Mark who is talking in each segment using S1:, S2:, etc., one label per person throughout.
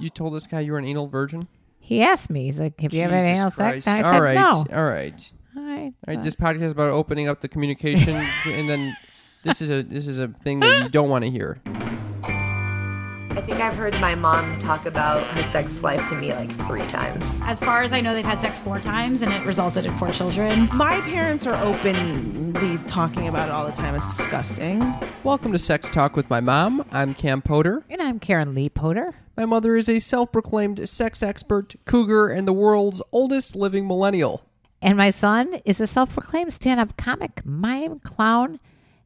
S1: you told this guy you were an anal virgin?
S2: He asked me, he's like, "Have you ever had
S1: Jesus
S2: anal sex?"
S1: Christ.
S2: And I
S1: All
S2: said,
S1: right,
S2: "No."
S1: All right.
S2: All right.
S1: All right,
S2: uh,
S1: this podcast is about opening up the communication, and then this is a this is a thing that you don't want to hear.
S3: I think I've heard my mom talk about her sex life to me like three times.
S4: As far as I know, they've had sex four times and it resulted in four children.
S5: My parents are openly talking about it all the time. It's disgusting.
S1: Welcome to Sex Talk with my mom. I'm Cam Potter.
S2: and I'm Karen Lee Potter.
S1: My mother is a self-proclaimed sex expert, cougar, and the world's oldest living millennial.
S2: And my son is a self-proclaimed stand-up comic, mime, clown,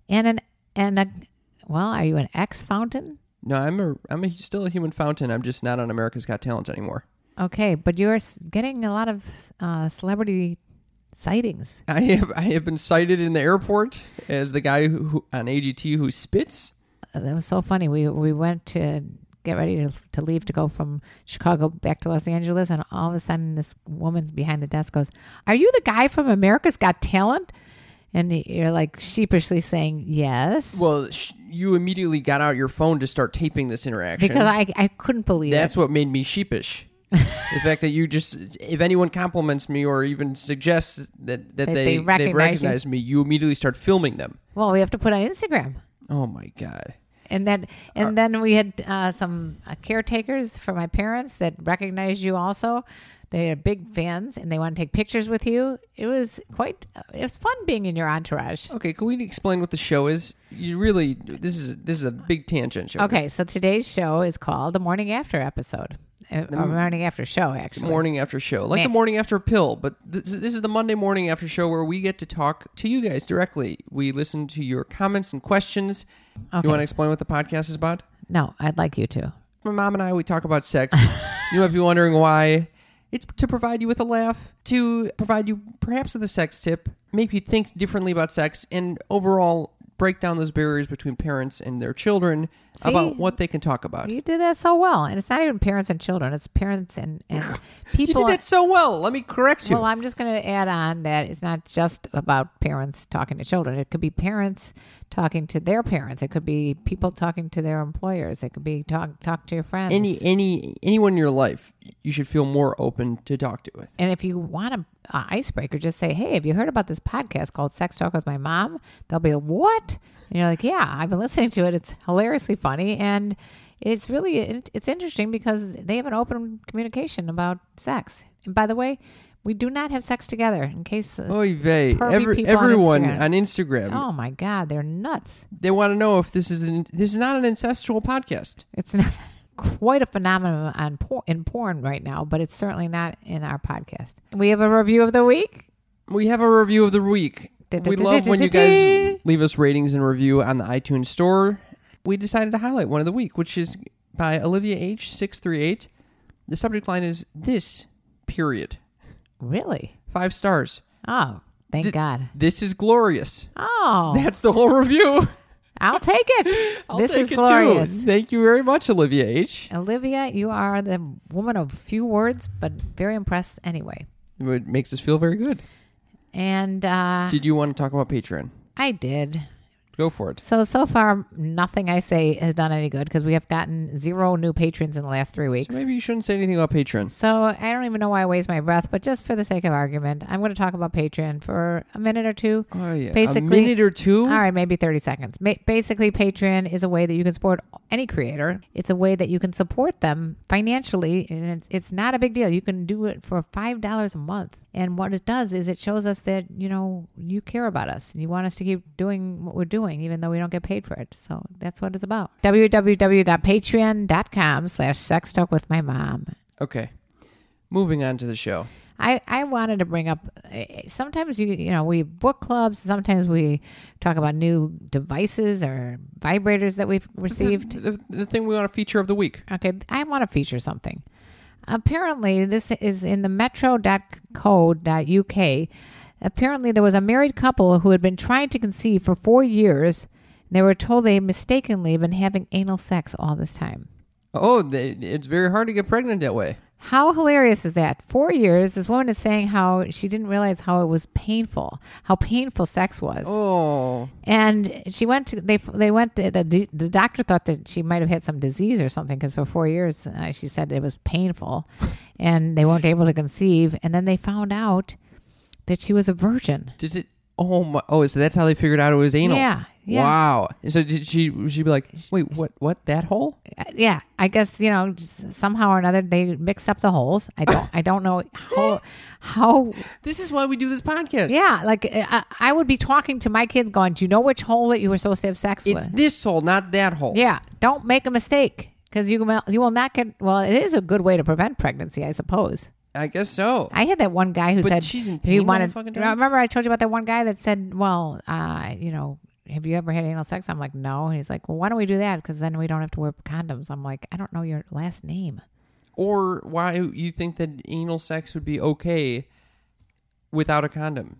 S2: and an and a well, are you an ex fountain?
S1: No, I'm a I'm a, still a human fountain. I'm just not on America's Got Talent anymore.
S2: Okay, but you're s- getting a lot of uh, celebrity sightings.
S1: I have I have been cited in the airport as the guy who, who on AGT who spits.
S2: Uh, That was so funny. We we went to get ready to, to leave to go from Chicago back to Los Angeles, and all of a sudden, this woman behind the desk goes, "Are you the guy from America's Got Talent?" And you're like sheepishly saying yes
S1: Well, sh- you immediately got out your phone to start taping this interaction.
S2: because I, I couldn't believe
S1: That's
S2: it.
S1: what made me sheepish. the fact that you just, if anyone compliments me or even suggests that, that they,
S2: they
S1: they've
S2: recognize you.
S1: recognized me, you immediately start filming them.
S2: well, we have to put on Instagram.
S1: Oh my God.
S2: And then, and then we had uh, some uh, caretakers for my parents that recognized you also. They are big fans, and they want to take pictures with you. It was quite. uh, It was fun being in your entourage.
S1: Okay, can we explain what the show is? You really, this is this is a big tangent show.
S2: Okay, so today's show is called the morning after episode, Uh, or morning after show actually.
S1: Morning after show, like the
S2: Man.
S1: morning after pill, but this, this is the Monday morning after show where we get to talk to you guys directly. We listen to your comments and questions. You want to explain what the podcast is about?
S2: No, I'd like you to.
S1: my mom and I, we talk about sex. you might be wondering why. It's to provide you with a laugh, to provide you perhaps with a sex tip, make you think differently about sex, and overall break down those barriers between parents and their children about what they can talk about. You,
S2: You did that so well, and it's not even parents and children; it's parents and and people.
S1: did that so well. Let me correct you.
S2: Well, I'm just going to add on that it's not just about parents talking to children. It could be parents talking to their parents. It could be people talking to their employers. It could be talk talk to your friends.
S1: any any anyone in your life, you should feel more open to talk to with.
S2: and if you want an icebreaker, just say, "Hey, have you heard about this podcast called Sex Talk with My Mom?" They'll be like, "What?" And you're like, "Yeah, I've been listening to it. It's hilariously funny and." It's really it- it's interesting because they have an open communication about sex. And by the way, we do not have sex together. In case uh,
S1: Oy vey.
S2: Pervy
S1: Every,
S2: people on
S1: everyone
S2: Instagram.
S1: on Instagram,
S2: Oh my God, they're nuts.
S1: they want to know if this is an, this is not an ancestral podcast.
S2: It's not quite a phenomenon on por- in porn right now, but it's certainly not in our podcast. We have a review of the week.
S1: we have a review of the week.
S2: Da, da,
S1: We
S2: da,
S1: love
S2: da,
S1: when
S2: da,
S1: you
S2: da,
S1: guys leave us ratings and review on the iTunes store. We decided to highlight one of the week, which is by Olivia H638. The subject line is this period.
S2: Really?
S1: Five stars.
S2: Oh, thank God.
S1: This is glorious.
S2: Oh,
S1: That's the whole review.
S2: I'll take it.
S1: I'll
S2: this
S1: take
S2: is
S1: it too.
S2: glorious.
S1: Thank you very much, Olivia H.
S2: Olivia, you are the woman of few words, but very impressed anyway.
S1: It makes us feel very good.
S2: And uh,
S1: Did you want to talk about Patreon?
S2: I did.
S1: Go for it.
S2: So, so far, nothing I say has done any good because we have gotten zero new patrons in the last three weeks.
S1: Maybe you shouldn't say anything about Patreon.
S2: So I don't even know why I waste my breath, but just for the sake of argument, I'm going to talk about Patreon for a minute or two.
S1: Oh, yeah.
S2: Basically,
S1: a minute or two.
S2: All right, maybe 30 seconds. Ma- basically, Patreon is a way that you can support any creator. It's a way that you can support them financially, and it's, it's not a big deal. You can do it for $5 a month. And what it does is it shows us that, you know, you care about us and you want us to keep doing what we're doing, even though we don't get paid for it. So that's what it's about. www.patreon.com slash sex talk with my mom.
S1: Okay. Moving on to the show.
S2: I, I wanted to bring up uh, sometimes you you know we have book clubs sometimes we talk about new devices or vibrators that we've received
S1: the, the thing we want to feature of the week.
S2: okay i want to feature something apparently this is in the metro.co.uk apparently there was a married couple who had been trying to conceive for four years and they were told they had mistakenly been having anal sex all this time
S1: Oh, they, it's very hard to get pregnant that way.
S2: How hilarious is that? Four years, this woman is saying how she didn't realize how it was painful, how painful sex was.
S1: Oh,
S2: And she went to they they went to, the the doctor thought that she might have had some disease or something because for four years uh, she said it was painful, and they weren't able to conceive. And then they found out that she was a virgin.
S1: does it? Oh my! Oh, so that's how they figured out it was anal.
S2: Yeah, yeah.
S1: Wow. And so did she? She be like, wait, what? What? That hole?
S2: Uh, Yeah, I guess you know just somehow or another they mixed up the holes. I don't I don't know how how
S1: This is why we do this podcast.
S2: yeah like uh, I, I would be talking to my kids going, do you know which hole that you were supposed to have sex
S1: It's
S2: with?
S1: this hole, not that hole.
S2: Yeah, don't make a mistake because you will, you will not get. Well, it is a good way to prevent pregnancy, I suppose.
S1: I guess so.
S2: I had that one guy who
S1: But
S2: said
S1: she's in
S2: he
S1: pain all
S2: wanted.
S1: the fucking time?
S2: remember, I told you about that one guy that said, "Well, uh, you know." Have you ever had anal sex? I'm like, no. And he's like, well, why don't we do that? Because then we don't have to wear condoms. I'm like, I don't know your last name.
S1: or why you think that anal sex would be okay without a condom?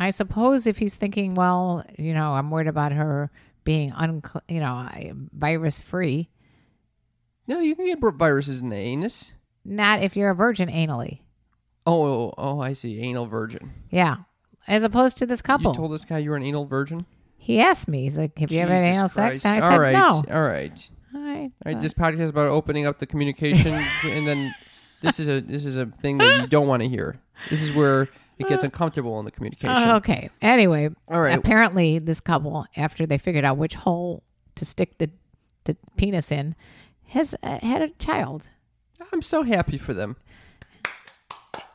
S2: I suppose if he's thinking, well, you know, I'm worried about her being uncl- you know, virus free.
S1: No, you can get br- viruses in the anus.
S2: Not if you're a virgin anally.
S1: Oh, oh, I see. Anal virgin.
S2: Yeah. As opposed to this couple.
S1: You told this guy you were an anal virgin.
S2: He asked me, he's like, Have you ever had
S1: Jesus
S2: anal
S1: Christ.
S2: sex? And I
S1: All
S2: said,
S1: right,
S2: No. Uh.
S1: all right,
S2: All right.
S1: all right. This podcast is about opening up the communication, and then this is a this is a thing that you don't want to hear. This is where it
S2: Uh.
S1: gets uncomfortable in the communication.
S2: Oh, okay. Anyway,
S1: All right.
S2: apparently this couple, after they figured out which hole to stick the, the penis in, has uh, had a child.
S1: I'm so happy for them.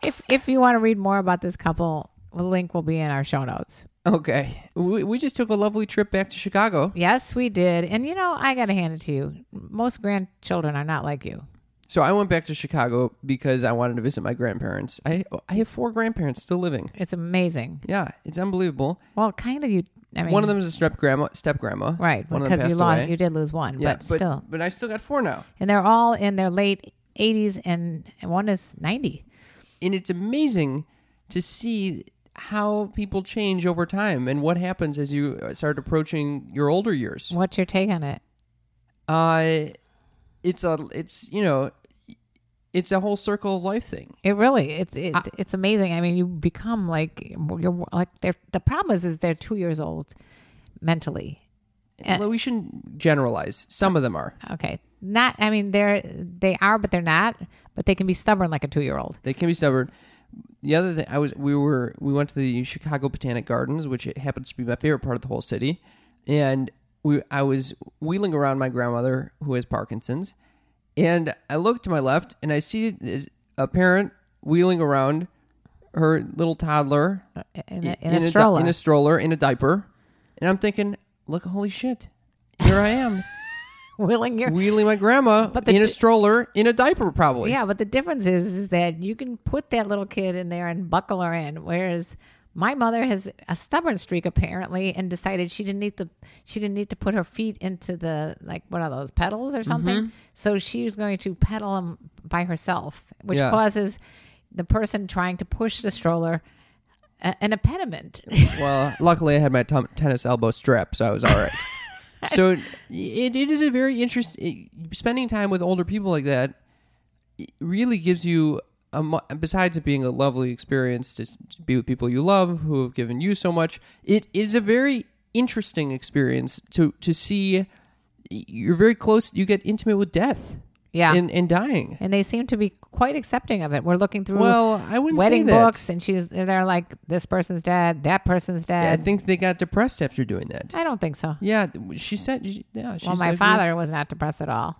S2: If, if you want to read more about this couple, the link will be in our show notes.
S1: Okay, we, we just took a lovely trip back to Chicago.
S2: Yes, we did. And you know, I got to hand it to you. Most grandchildren are not like you.
S1: So I went back to Chicago because I wanted to visit my grandparents. I I have four grandparents still living.
S2: It's amazing.
S1: Yeah, it's unbelievable.
S2: Well, kind of you. I mean,
S1: one of them is a step grandma, step grandma.
S2: right?
S1: One of
S2: Because
S1: them
S2: you
S1: passed
S2: lost,
S1: away.
S2: you did lose one,
S1: yeah,
S2: but still,
S1: but I still got four now,
S2: and they're all in their late 80s and and one is 90
S1: and it's amazing to see how people change over time and what happens as you start approaching your older years.
S2: what's your take on it
S1: Uh, it's a it's you know, it's a whole circle of life thing.
S2: it really it's it's, it's amazing i mean you become like you're like they're the problem is is they're two years old mentally Eh.
S1: Although we shouldn't generalize. Some of them are.
S2: okay not i mean they're they are but they're not but they can be stubborn like a two-year-old
S1: They can be stubborn. The other thing I was we were we went to the Chicago Botanic Gardens, which happens to be my favorite part of the whole city, and we I was wheeling around my grandmother who has Parkinson's, and I look to my left and I see this- a parent wheeling around her little toddler
S2: in a, Uh, in
S1: in
S2: a
S1: di-
S2: stroller
S1: in a stroller in a diaper, and I'm thinking, look, holy shit, here I am
S2: willing your
S1: wheeling my grandma
S2: But the
S1: in a
S2: di-
S1: stroller in a diaper probably.
S2: yeah but the difference is, is that you can put that little kid in there and buckle her in whereas my mother has a stubborn streak apparently and decided she didn't need the she didn't need to put her feet into the like what are those pedals or something
S1: Mm-hmm.
S2: so she was going to pedal them by herself which
S1: Yeah.
S2: causes the person trying to push the stroller a- an impediment
S1: Well, luckily I had my tum tennis elbow strap, so I was all right. so it, it is a very interesting spending time with older people like that. It really gives you a mu- besides it being a lovely experience to s- to be with people you love who have given you so much. It is a very interesting experience to to see. You're very close. You get intimate with death
S2: yeah
S1: and and dying.
S2: and they seem to be quite accepting of it we're looking through
S1: Well, I wouldn't say
S2: wedding
S1: that.
S2: books and she's they're like this person's dead that person's
S1: I
S2: dead
S1: think they got depressed after doing that.
S2: I don't think so.
S1: Yeah, she said. She, yeah, she
S2: well, my
S1: said-
S2: father was not depressed at all.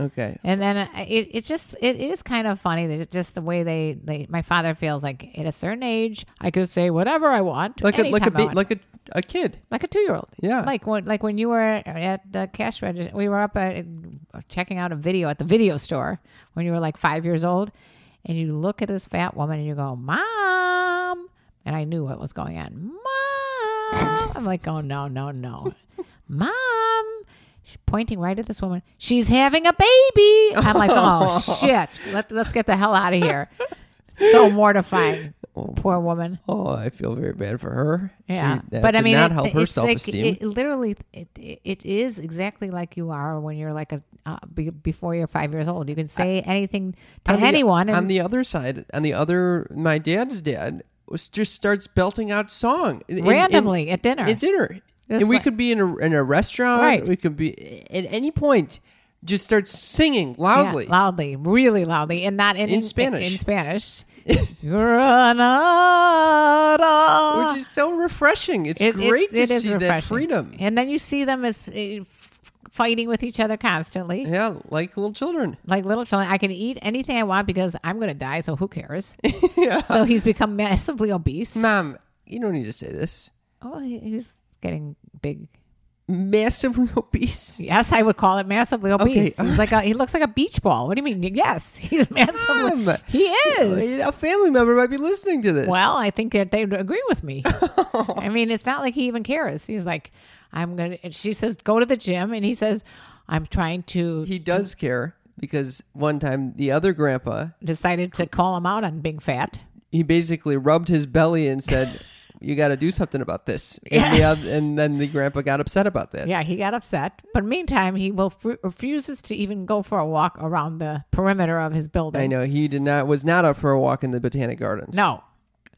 S1: Okay,
S2: And then uh, it, it just it is kind of funny that it- just the way they, they my father feels like at a certain age I could say whatever I want
S1: like a, like a
S2: anytime I
S1: ba-
S2: want.
S1: like a a kid.
S2: like a two year old
S1: Yeah.
S2: like when like when you were at the cash register we were up at, checking out a video at the video store when you were like five years old and you look at this fat woman and you go mom and I knew what was going on mom I'm like oh no no no mom She's pointing right at this woman she's having a baby i'm like oh shit Let, let's get the hell out of here so mortifying
S1: Oh,
S2: Poor woman.
S1: oh, I feel very bad for her. She-
S2: Yeah,
S1: that
S2: but I
S1: did
S2: mean,
S1: not
S2: it-
S1: help her
S2: it's like-
S1: self-esteem.
S2: it literally, it, it it is exactly like you are when you're like a uh, be, before you're five years old. You can say anything to
S1: On the-
S2: anyone,
S1: on
S2: and
S1: the other side, on the other, my dad's dad was just starts belting out song in- in-
S2: randomly at dinner.
S1: in, at dinner,
S2: It's
S1: and we
S2: like-
S1: could be in a in a restaurant.
S2: Right.
S1: We could be at any point, just starts singing
S2: Yeah,
S1: loudly.
S2: loudly, really loudly, and not in,
S1: In Spanish.
S2: In, Spanish, Granada.
S1: which is so refreshing. It's
S2: It-
S1: great
S2: it
S1: to
S2: is
S1: see that
S2: refreshing.
S1: freedom.
S2: And then you see them as uh, f- fighting with each other constantly.
S1: Yeah, like little children.
S2: like little children, I can eat anything I want because I'm going to die, so who cares? So he's become massively obese.
S1: Mom, you don't need to say this.
S2: Oh, he- he's getting big.
S1: Massively obese.
S2: Yes, I would call it massively obese.
S1: all
S2: He's like a, he looks like a beach ball. What do you mean? Yes, he's massively.
S1: Mom,
S2: He is.
S1: a family member might be listening to this.
S2: Well, I think that they would agree with me. I mean, it's not like he even cares. He's like, I'm gonna. And she says, go to the gym, and he says, I'm trying to.
S1: he does care because one time the other grandpa
S2: decided to call him out on being fat.
S1: he basically rubbed his belly and said, "You got to do something about this." And, the oth- and then the grandpa got upset about that.
S2: Yeah, he got upset. But meantime, he will fr- refuses to even go for a walk around the perimeter of his building.
S1: I know he did not was not up for a walk in the botanic gardens.
S2: No.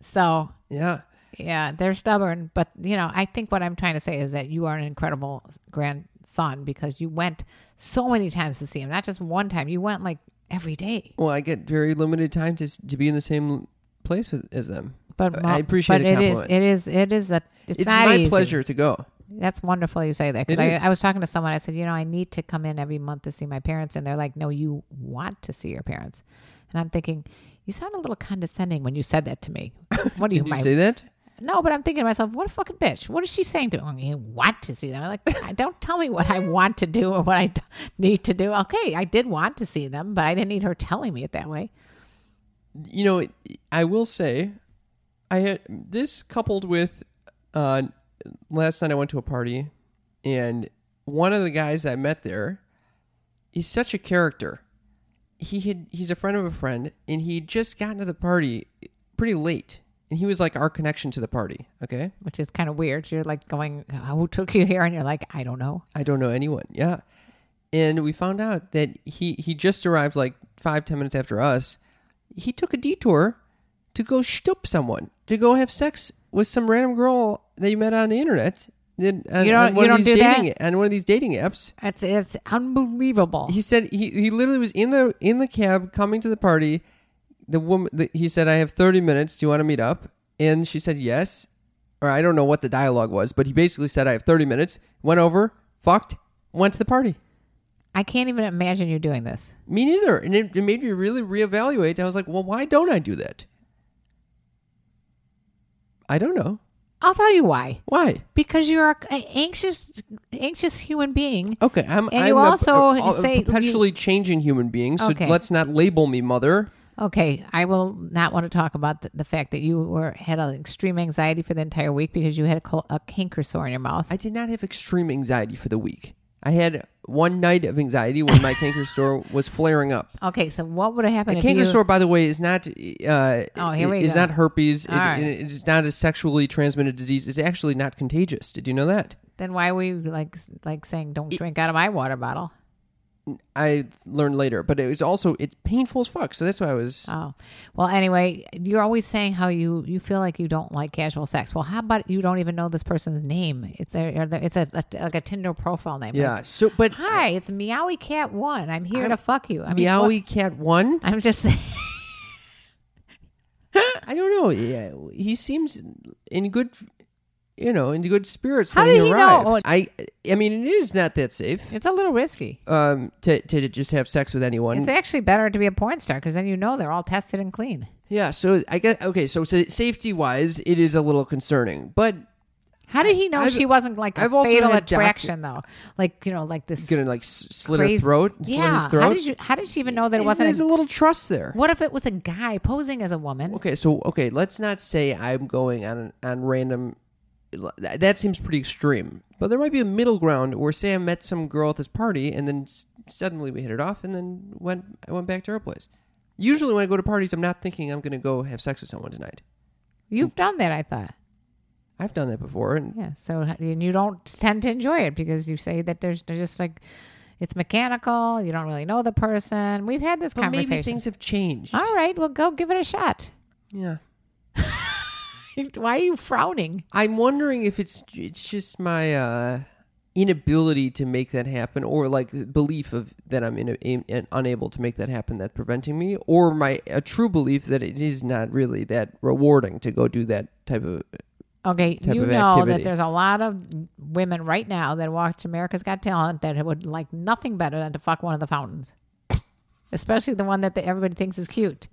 S2: So,
S1: Yeah.
S2: yeah, they're stubborn. But, you know, I think what I'm trying to say is that you are an incredible grandson because you went so many times to see him, not just one time. You went like every day.
S1: Well, I get very limited time to s- to be in the same place with, as them.
S2: But
S1: I
S2: mo-
S1: appreciate
S2: but
S1: a
S2: it is
S1: compliment.
S2: it is it is a it's,
S1: It's,
S2: not
S1: my
S2: easy.
S1: pleasure to go.
S2: That's wonderful you say that.
S1: It
S2: Because I,
S1: is.
S2: I was talking to someone, I said, you know, I need to come in every month to see my parents. And they're like, no, you want to see your parents. And I'm thinking, you sound a little condescending when you said that to me. What do you,
S1: Did you
S2: my,
S1: say that?
S2: No, but I'm thinking to myself, what a fucking bitch. What is she saying to me? You want to see them. I'm like, I don't tell me what I want to do or what I d- need to do. Okay, I did want to see them, but I didn't need her telling me it that way.
S1: You know, I will say, I had this coupled with uh, last night. I went to a party, and one of the guys I met there, he's such a character. He had he's a friend of a friend, and he had just gotten to the party pretty late, and he was like our connection to the party. Okay,
S2: Which is kind of weird. You're like going, "Uh, who took you here? And you're like, I don't know.
S1: I don't know anyone. Yeah. And we found out that he, he just arrived like five, ten minutes after us. He took a detour to go shtup someone, to go have sex with some random girl that you met on the internet. Then on,
S2: You
S1: on
S2: don't-
S1: one
S2: you
S1: of
S2: don't
S1: these
S2: do that?
S1: dating on one of these dating apps.
S2: It's, it's unbelievable.
S1: He said he, he literally was in the in the cab coming to the party. The woman the, he said, "I have thirty minutes. Do you want to meet up?" And she said, "Yes." Or I don't know what the dialogue was, but he basically said, "I have thirty minutes." Went over, fucked, went to the party.
S2: I can't even imagine you doing this.
S1: Me neither. And it, it made me really reevaluate. I was like, well, why don't I do that? I don't know.
S2: I'll tell you why.
S1: Why?
S2: Because you're a- an anxious, anxious human being.
S1: Okay, I'm,
S2: And
S1: I'm
S2: you
S1: a-
S2: also
S1: a- a
S2: say-
S1: perpetually changing human being, so
S2: Okay.
S1: let's not label me mother.
S2: Okay, I will not want to talk about the, the fact that you were had an extreme anxiety for the entire week because you had a, col- a canker sore in your mouth.
S1: I did not have extreme anxiety for the week. I had one night of anxiety when my canker sore was flaring up.
S2: okay, so what would have happened?
S1: A
S2: if
S1: canker
S2: you-
S1: sore, by the way, is not uh,
S2: Oh, here we
S1: is
S2: go.
S1: not herpes. It,
S2: All right.
S1: It's not a sexually transmitted disease. It's actually not contagious. Did you know that?
S2: Then why were you like s- like saying don't drink out of my water bottle?
S1: I learned later, but it was also it's painful as fuck. So that's why I was.
S2: Oh, well. Anyway, you're always saying how you you feel like you don't like casual sex. Well, how about you don't even know this person's name? It's a, it's a, a like a Tinder profile name.
S1: yeah. So, but
S2: Hi, it's Meowie Cat One. I'm here to fuck you. I mean,
S1: Meowie
S2: what-
S1: Cat One.
S2: I'm just saying.
S1: I don't know. Yeah, he seems in good, you know, in good spirits
S2: How
S1: when
S2: did
S1: he
S2: he know?
S1: arrived.
S2: Oh.
S1: I, I mean, it is not that safe.
S2: It's a little risky.
S1: Um, to to just have sex with anyone.
S2: It's actually better to be a porn star because then you know they're all tested and clean.
S1: yeah. So I guess okay. So, so safety wise, it is a little concerning, but
S2: How did he know
S1: I've-
S2: she wasn't like a
S1: I've also
S2: fatal
S1: had doc-
S2: attraction though? Like you know, like this
S1: it's gonna like s- slit
S2: crazy
S1: her throat, slit
S2: Yeah.
S1: his throat.
S2: How did you? How did she even know that it wasn't?
S1: There's
S2: a-
S1: a little trust there.
S2: what if it was a guy posing as a woman?
S1: Okay, so okay, let's not say I'm going on on random. That that seems pretty extreme, but there might be a middle ground where, say, I met some girl at this party, and then s- suddenly we hit it off, and then went I went back to her place. Usually, when I go to parties, I'm not thinking I'm going to go have sex with someone tonight.
S2: You've done that, I thought.
S1: I've done that before, and
S2: Yeah. So and you don't tend to enjoy it because you say that there's they're just like it's mechanical. You don't really know the person. We've had this
S1: but
S2: conversation.
S1: maybe things have changed.
S2: All right. Well, go give it a shot.
S1: Yeah,
S2: Why are you frowning?
S1: I'm wondering if it's it's just my uh, inability to make that happen, or like belief of that I'm in in- in- unable to make that happen that's preventing me, or my a true belief that it is not really that rewarding to go do that type of.
S2: Okay,
S1: type
S2: you
S1: of
S2: know that
S1: activity.
S2: there's a lot of women right now that watch America's Got Talent that would like nothing better than to fuck one of the fountains, especially the one that the, everybody thinks is cute.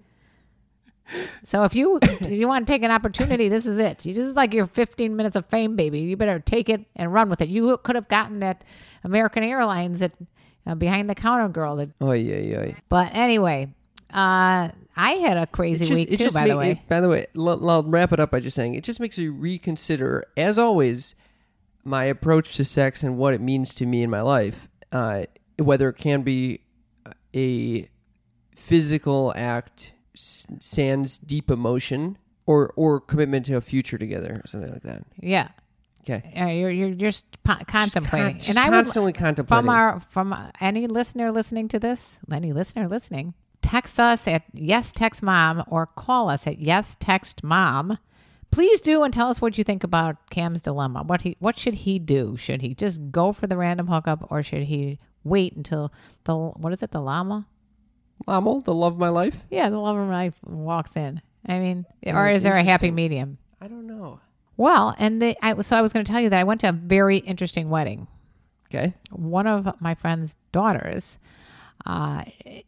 S2: So if you if you want to take an opportunity, this is it. You, this is like your 15 minutes of fame, baby. You better take it and run with it. You could have gotten that American Airlines that uh, behind the counter girl. That,
S1: Oh yeah, yeah.
S2: but anyway, uh, I had a crazy week too. by the
S1: ma-
S2: way,
S1: it- by the way, l- I'll wrap it up by just saying it just makes me reconsider, as always, my approach to sex and what it means to me in my life. Uh, whether it can be a physical act, s- sans deep emotion, or or commitment to a future together, or something like that.
S2: yeah.
S1: Okay,
S2: Yeah, you're you're you're just po- contemplating,
S1: just
S2: and I
S1: constantly
S2: would,
S1: contemplating.
S2: from our from any listener listening to this, any listener listening, text us at yes text mom or call us at yes text mom. Please do and tell us what you think about Cam's dilemma. What he what should he do? Should he just go for the random hookup, or should he wait until the what is it the llama?
S1: Lamal, the love of my life.
S2: Yeah, the lover wife walks in. I mean, or is there a happy medium?
S1: I don't know.
S2: Well, and the, I, so I was going to tell you that I went to a very interesting wedding.
S1: Okay,
S2: one of my friend's daughters uh,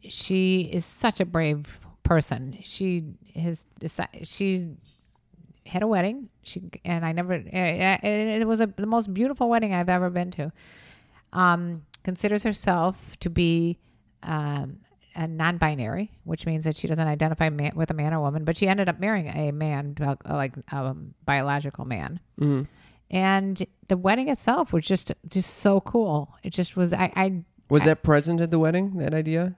S2: she is such a brave person she has decided she's had a wedding she and i never eh, eh, it, it was a, the most beautiful wedding i've ever been to um, considers herself to be um, a non-binary which means that she doesn't identify man, with a man or woman but she ended up marrying a man uh, like a biological man and the wedding itself was just just so cool it just was i i
S1: was that present at the wedding? That idea,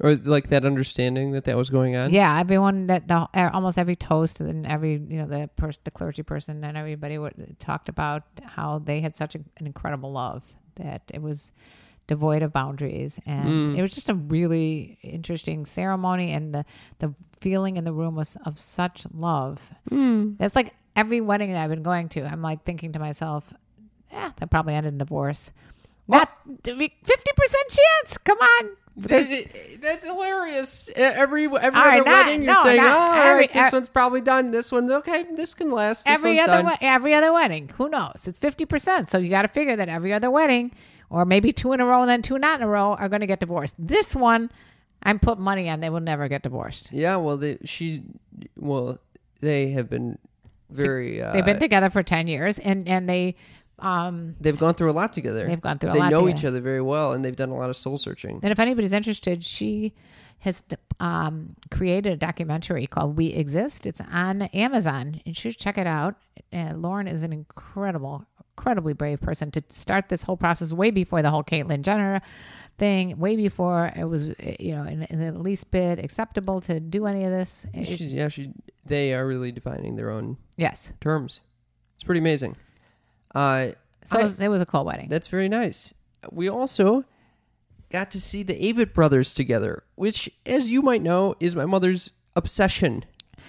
S1: or like that understanding that that was going on?
S2: yeah everyone that the e, almost every toast and every you know the person the clergy person and everybody would, talked about how they had such a, an incredible love that it was devoid of boundaries and it was just a really interesting ceremony and the the feeling in the room was of such love That's like every wedding that I've been going to. I'm like thinking to myself, yeah, that probably ended in divorce. Not fifty percent chance. Come on.
S1: That's, it- that's hilarious. E- Every every
S2: All right,
S1: other
S2: not-
S1: wedding, you're
S2: no,
S1: saying,
S2: not
S1: "Oh, all
S2: every-
S1: right, this
S2: e-
S1: one's probably done. This one's okay. This can last. This
S2: every
S1: one's
S2: other
S1: done."
S2: we- every other wedding. Who knows? It's fifty percent. So you got to figure that every other wedding, or maybe two in a row, and then two not in a row, are going to get divorced. This one, I'm putting money on. They will never get divorced.
S1: yeah, well, they, she, well, they have been very. Uh,
S2: They've been together for ten years, and and they, um,
S1: they've gone through a lot together.
S2: They've gone through a
S1: They
S2: lot
S1: know
S2: together.
S1: each other very well, and they've done a lot of soul searching.
S2: and if anybody's interested, she has um, created a documentary called "We Exist." It's on Amazon. You should check it out. And Lauren is an incredible, incredibly brave person to start this whole process way before the whole Caitlyn Jenner thing, way before it was, eh, you know, in, in the least bit acceptable to do any of this. It-
S1: She's, yeah, she. They are really defining their own
S2: yes,
S1: terms. It's pretty amazing. Uh,
S2: so
S1: I-
S2: it, was, it was a cool wedding.
S1: That's very nice. We also got to see the Avett brothers together, which, as you might know, is my mother's obsession,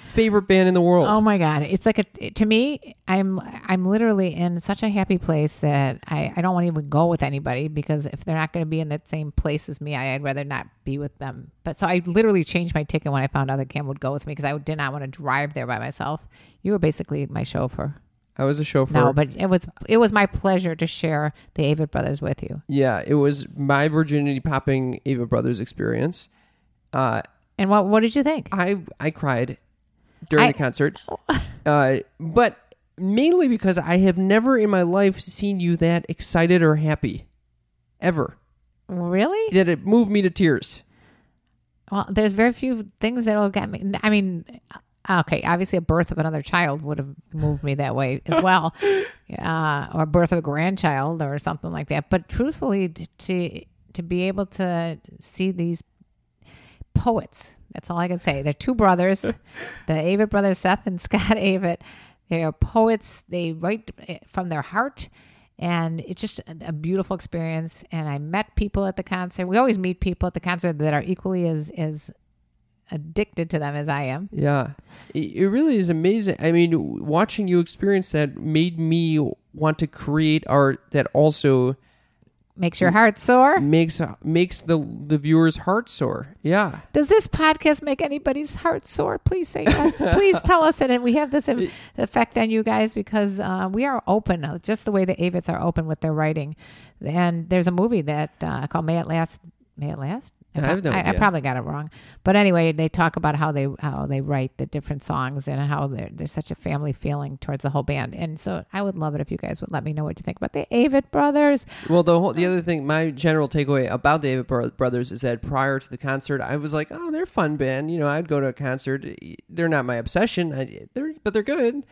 S1: favorite band in the world.
S2: Oh my god, it's like a to me. I'm I'm literally in such a happy place that I I don't want to even go with anybody because if they're not going to be in that same place as me, I, I'd rather not be with them. But so I literally changed my ticket when I found out that Cam would go with me because I did not want to drive there by myself. You were basically my chauffeur.
S1: I was a chauffeur.
S2: No, but it was it was my pleasure to share the Avid brothers with you.
S1: yeah, it was my virginity popping Avett brothers experience. Uh,
S2: And what what did you think?
S1: I I cried during
S2: I-
S1: the concert, uh, but mainly because I have never in my life seen you that excited or happy, ever.
S2: Really?
S1: That it moved me to tears.
S2: Well, there's very few things that'll get me. I mean, uh, okay, obviously, a birth of another child would have moved me that way as well, uh, or birth of a grandchild or something like that. But truthfully, t- to to be able to see these poets, That's all I can say. They're two brothers, the Avett brothers, Seth and Scott Avett. They are poets. They write eh, from their heart, and it's just a, a beautiful experience. And I met people at the concert. We always meet people at the concert that are equally as as addicted to them as I am.
S1: Yeah. It, it really is amazing. I mean, w- watching you experience that made me want to create art that also
S2: Makes your heart sore.
S1: makes makes the the viewer's heart sore. Yeah.
S2: Does this podcast make anybody's heart sore? Please say yes. Please tell us it. And we have this ev- effect on you guys because uh, we are open, uh, just the way the Avits are open with their writing. And there's a movie that uh, called May It Last. May It Last?
S1: I have no
S2: I,
S1: idea.
S2: probably got it wrong, but anyway, they talk about how they how they write the different songs and how they're, there's such a family feeling towards the whole band. And so, I would love it if you guys would let me know what you think about the Avett brothers.
S1: Well, the whole, the other thing, my general takeaway about the Avett Bro- Brothers is that prior to the concert, I was like, "Oh, they're a fun band." You know, I'd go to a concert. e, They're not my obsession. I, they're but they're good.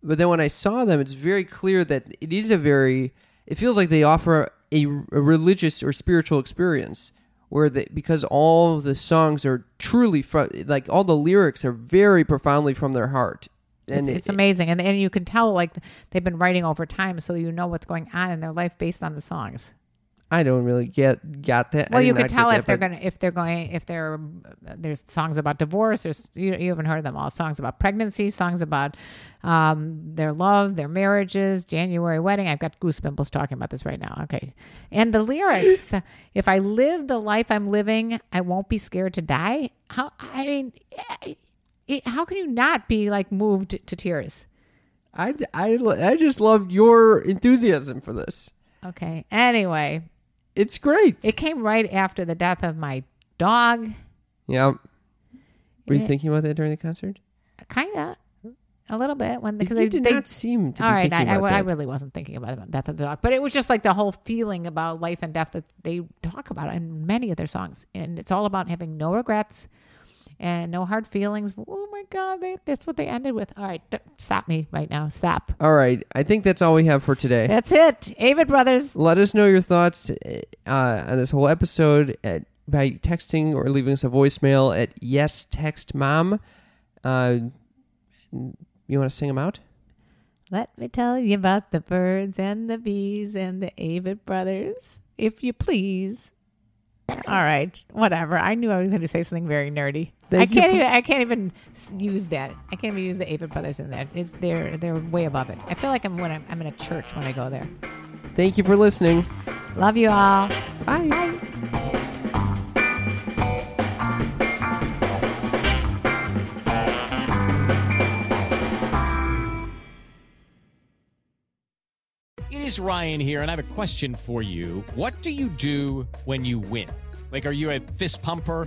S1: But then when I saw them, it's very clear that it is a very. It feels like they offer a, a religious or spiritual experience where the, because all of the songs are truly from like all the lyrics are very profoundly from their heart.
S2: it's, it's amazing and and you can tell like they've been writing over time so you know what's going on in their life based on the songs
S1: I don't really get got that. I
S2: well
S1: did
S2: you
S1: not
S2: could
S1: get
S2: tell
S1: that,
S2: if they're
S1: but-
S2: gonna if they're going if they're there's songs about divorce there's you, you haven't heard them all songs about pregnancy songs about um, their love their marriages january wedding i've got goosebumps talking about this right now okay and the lyrics if i live the life i'm living i won't be scared to die how i mean it, how can you not be like moved to tears
S1: I, I, I just love your enthusiasm for this.
S2: okay anyway
S1: It's great.
S2: It came right after the death of my dog,
S1: yeah. Were you thinking about that during the concert?
S2: kind of, a little bit. When
S1: You
S2: because
S1: did not seem to be
S2: all right,
S1: thinking
S2: I, I,
S1: about
S2: I
S1: that.
S2: really wasn't thinking about the death of the dog, but it was just like the whole feeling about life and death that they talk about in many of their songs, and it's all about having no regrets and no hard feelings. Oh my God, they, that's what they ended with. All right, d- stop me right now. Stop.
S1: All right. I think that's all we have for today.
S2: That's it, Avid Brothers.
S1: Let us know your thoughts uh, on this whole episode at, by texting or leaving us a voicemail at yes text mom. Uh, you want to sing them out?
S2: Let me tell you about the birds and the bees and the Avid brothers, if you please. All right, whatever. I knew I was going to say something very nerdy.
S1: Thank
S2: I
S1: you
S2: can't
S1: for-
S2: even. I can't even s- use that. I can't even use the Avid brothers in that. It's they're they're way above it. I feel like I'm when I'm, I'm in a church when I go there.
S1: Thank you for listening.
S2: Love you all.
S1: Bye.
S2: Bye.
S6: It is Ryan here, and I have a question for you. What do you do when you win? Like, are you a fist pumper?